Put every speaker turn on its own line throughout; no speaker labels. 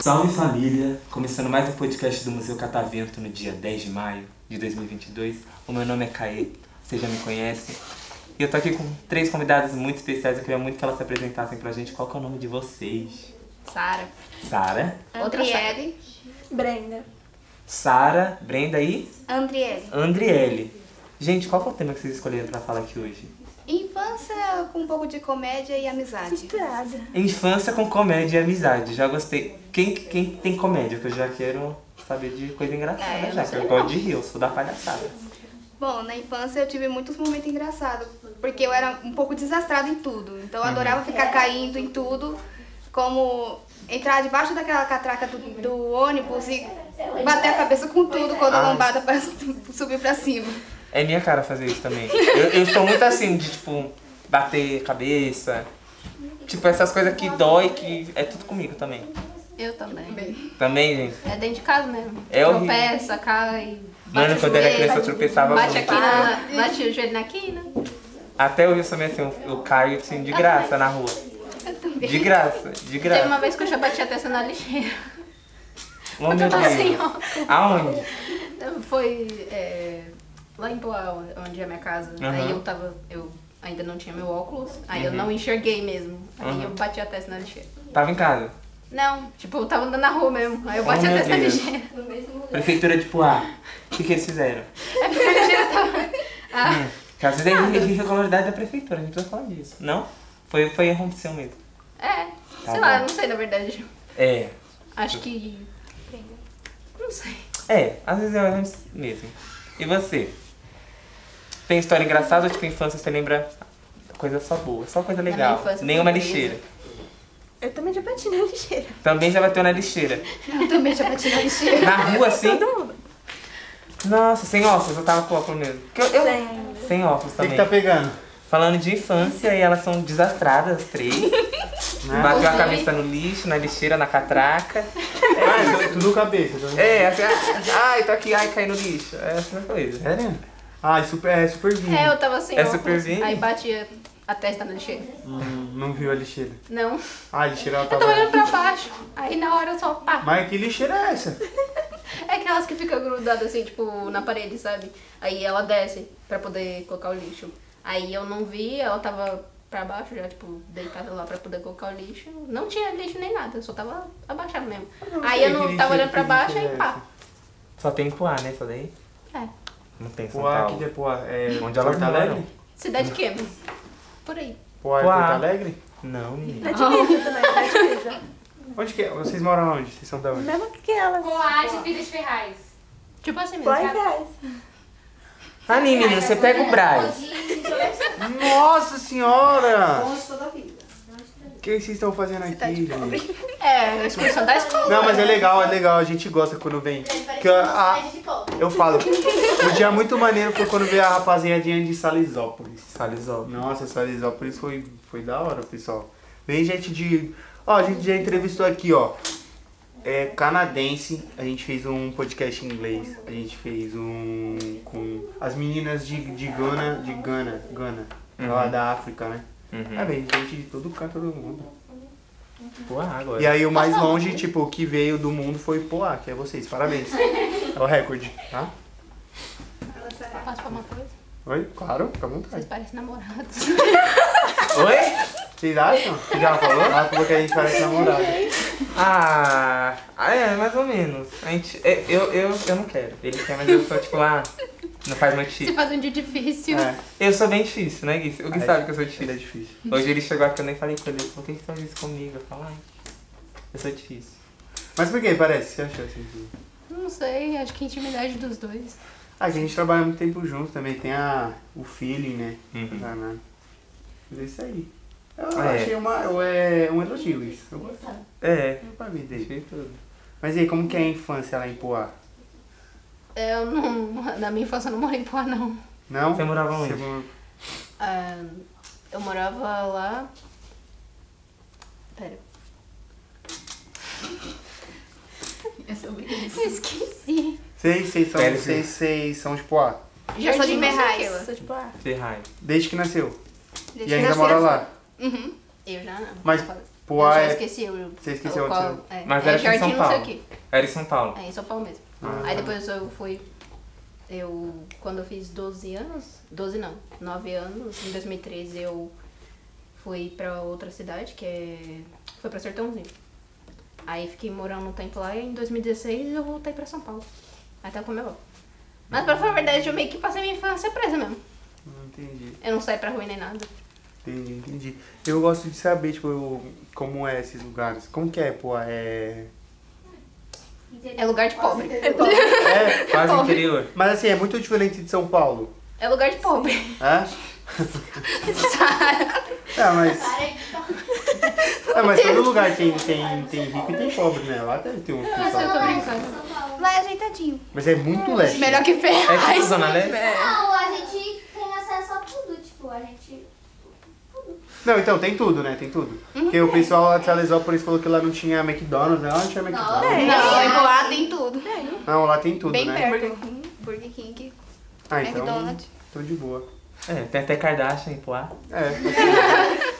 Salve família! Começando mais um podcast do Museu Catavento no dia 10 de maio de 2022. O meu nome é Caê, você já me conhece. E eu tô aqui com três convidadas muito especiais. Eu queria muito que elas se apresentassem pra gente. Qual que é o nome de vocês?
Sara.
Sara?
Outra Sara.
Andriele.
Brenda.
Sara, Brenda e
Andriele.
Andriele. Gente, qual que é o tema que vocês escolheram pra falar aqui hoje?
Infância com um pouco de comédia e amizade.
Estrada.
Infância com comédia e amizade. Já gostei. Quem, quem tem comédia? Que eu já quero saber de coisa engraçada
É, eu não
já. Que
sei
eu gosto de rir, eu sou da palhaçada.
Bom, na infância eu tive muitos momentos engraçados, porque eu era um pouco desastrada em tudo. Então eu
Uhum.
adorava ficar caindo em tudo, como entrar debaixo daquela catraca do, do ônibus e bater a cabeça com tudo quando a
Ah.
Ai.
lombada pra- subiu pra cima.
É minha cara fazer isso também. Eu, eu sou muito assim, de tipo, bater cabeça. Tipo, essas coisas que dói, que é tudo comigo também.
Eu também.
Também, gente.
É dentro de casa mesmo.
É horrível.
Tropeça, cai. bate
Mano,
o
quando eu era
joelho,
criança eu tropeçava
Bate
muito.
aqui na. Bate o joelho na quina.
Até hoje eu sou meio assim, eu, eu caio assim de graça na rua. De graça, de
Teve uma
graça.
vez que eu já bati a testa na lixeira.
Oh, meu
eu tava assim,
Deus. Aonde?
Então, Foi é, lá em Poá, onde é a minha casa.
Aham. Uhum.
Aí eu tava. Eu ainda não tinha meu óculos. Aí eu não enxerguei mesmo. Aí
Aham.
eu bati a testa na lixeira.
Tava em casa.
Não, tipo, eu tava andando na rua mesmo. Aí eu
Oh,
bati a
meu
testa na
Deus.
lixeira.
Prefeitura de Poá. O que, que eles fizeram?
É porque a lixeira tava. Ah,
Que às vezes é irregularidade da prefeitura, a gente precisa falar disso. Não? Foi, foi erro seu mesmo.
é.
Tá
sei lá,
bom.
eu não sei na verdade.
É.
Acho que. Não sei.
É, às vezes é erro mesmo. E você? Tem história engraçada ou tipo infância você lembra coisa só boa, só coisa
minha
legal?
infância
Nenhuma
foi
lixeira.
Eu também já bati na lixeira.
Também já bateu na lixeira.
Eu também já bati na lixeira.
Na rua assim?
Todo mundo.
Nossa, sem óculos, eu tava com óculos mesmo. Que eu- eu-
Sem.
Sem óculos
O que, que
também.
tá pegando?
Falando de infância e elas são desastradas, as três. Bateu a cabeça no lixo, na lixeira, na catraca.
Ah, é tudo cabeça. Tá
É, assim, ah, ai, tô aqui, ai, caí no lixo. É essa coisa.
Sério? Ah, é super, é super vinho.
É, eu tava sem
É
óculos.
super vinho?
Aí bati a- a testa na lixeira.
Hum, não viu a lixeira.
Não.
Ah, a lixeira ela
Eu tava olhando
tava...
pra baixo. Aí na hora eu só pá.
Mas que lixeira é essa?
É aquelas que ficam grudadas assim, tipo, na parede, sabe? Aí ela desce pra poder colocar o lixo. Aí eu não vi, ela tava pra baixo já, tipo, deitada lá pra poder colocar o lixo. Não tinha lixo nem nada, eu só tava abaixada mesmo. Aí eu
sei que
não tava
lixeira-
olhando pra
que
baixo,
lixeira
aí
é
pá.
Só tem Poá, né? Só daí?
É.
Não tem São
Poá,
Paulo.
que que é Poá? É
Onde elas
Porto
moram.
Alegre?
Cidade queima. Por aí.
Poá é
Poá.
Porto Alegre?
Não, menina.
Na divisa é também, é na divisa.
Onde que é? Vocês moram onde? Vocês são da onde?
Mesmo que elas.
Boate Vidas Ferraz.
Tipo assim mesmo.
Boa
sabe?
gás.
Ah, nem, menina, você pega o Braz.
Nossa senhora! O que vocês estão fazendo aqui, gente?
É, a excursão da escola.
Não, mas é legal, é legal. A gente gosta quando vem. Que a- a- eu falo, o dia muito maneiro foi quando veio a rapaziadinha de Salisópolis.
Salizou.
Nossa, Salisópolis foi, foi da hora, pessoal. Vem gente de. Ó, a gente já entrevistou aqui, ó. É canadense. A gente fez um podcast em inglês. A gente fez um com as meninas de, de Gana. De Gana. Gana. Lá da África, né?
Uhum.
Ah, vem gente de todo canto do mundo.
Poá agora.
E aí o mais longe, tipo, que veio do mundo foi Poá, que é vocês. Parabéns. É o recorde, tá?
Posso falar uma coisa?
Oi? Claro, fica à
Vocês
vontade.
É.
parecem namorados.
Oi?
Vocês acham? Já falou? Ela Ah, falou que a gente parece namorado.
Ah, ah, é, mais ou menos. A gente, é, eu, eu, eu não quero. Ele quer, mas eu sou tipo, ah, não faz meu
Se
tipo.
faz um dia difícil.
É,
Eu sou bem difícil, né, Gui? O Gui
Ai,
sabe que eu sou
ele é
difícil.
difícil.
Hoje ele chegou aqui, eu nem falei com ele. Ele falou, por que você faz isso comigo? Eu falo, ai, eu sou difícil.
Mas por que parece? Você achou assim? que-
Não sei, acho que a intimidade dos dois.
Ah, que a gente trabalha muito tempo junto também, tem a, o feeling, né? Danado. Mas é isso aí. Eu
É.
achei uma, eu, é, um elogio isso. Eu gostei
É,
pra mim dele.
achei tudo.
Mas e aí, como que é a infância lá em Poá?
É, Eu não. Na minha infância eu não morei em Poá, não.
Não?
Você morava onde?
mora-
Ah, eu morava lá. Pera. é Eu esqueci.
Vocês, vocês são,
Pele,
vocês, vocês são tipo, ah,
Eu sou de
Jardim não sei o
Ferraz.
quê, ué.
Sou tipo, ah,
Ferrari.
desde que nasceu.
Deixa
E ainda
eu
mora
ver.
lá.
Uhum. Eu já não.
Mas
eu
Poá
já
é...
esqueci o.
Você esqueceu
o
onde
qual-
você-
é.
Mas
é
era aqui em
Jardim
São
não sei
Paulo.
o quê.
Era em São Paulo.
É em São Paulo mesmo.
Ah,
Aí
tá.
depois eu fui. Eu. Quando eu fiz 12 anos. 12 não, 9 anos, em 2013 eu fui pra outra cidade, que é. Foi pra Sertãozinho. Aí fiquei morando um tempo lá e em 2016 eu voltei pra São Paulo. Aí tá com meu avô. Mas pra falar a verdade, eu meio que passei minha infância presa mesmo.
Não entendi.
Eu não saí pra rua nem nada.
Entendi, entendi. Eu gosto de saber, tipo, eu- como é esses lugares. Como que é, pô? É.
É lugar de pobre.
É.
Quase interior.
Mas assim, é muito diferente de São Paulo.
É lugar de pobre.
Hã? É, mas. É, mas todo lugar tem, tem, tem rico e tem pobre, né? Lá deve ter um
Eu
hospital.
tô brincando.
Lá é ajeitadinho.
Mas é muito leve.
Melhor que ferro.
É tipo Zona Leste?
Não, a gente tem acesso a tudo, tipo, a gente.
Não, então, tem tudo, né? Tem tudo. Porque o pessoal lá de Salesópolis falou que lá não tinha McDonald's, né? Lá não tinha McDonald's.
Não, em Poá tem tudo.
Não, lá tem tudo,
Bem
né?
perto. Burger King,
Ah, então.
McDonald's.
Tô de boa.
É, tem até Kardashian tipo, em Poá.
É.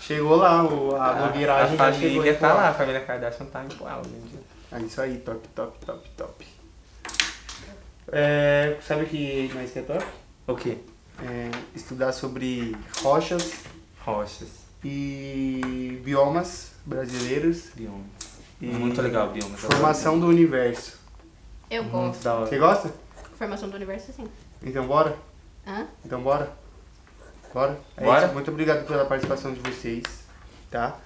Chegou lá, o, a
A,
blogueiragem já chegou em
família tá
Poá.
lá, a família Kardashian tá em Poá hoje em dia.
É isso aí, top, top, top, top. É, sabe o que mais que é top?
O quê?
É, estudar sobre rochas
Rochas,
e biomas brasileiros
biomas.
e
Muito legal, biomas.
formação do universo.
Eu
Muito
gosto.
da hora.
Você gosta?
Formação do universo, sim.
Então bora?
Hã?
Então bora? Bora? É
Bora?
isso. Muito obrigado pela participação de vocês, tá?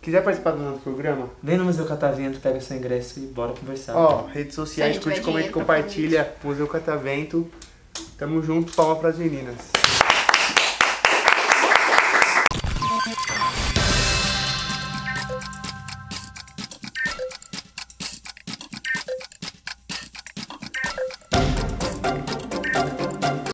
Quiser participar do nosso programa?
Vem no Museu Catavento, pega seu ingresso e bora conversar.
Ó, redes
Se
sociais,
a gente
curte,
tiver
comenta,
dinheiro pra
compartilha, Museu Catavento. Tamo junto, palma pras meninas.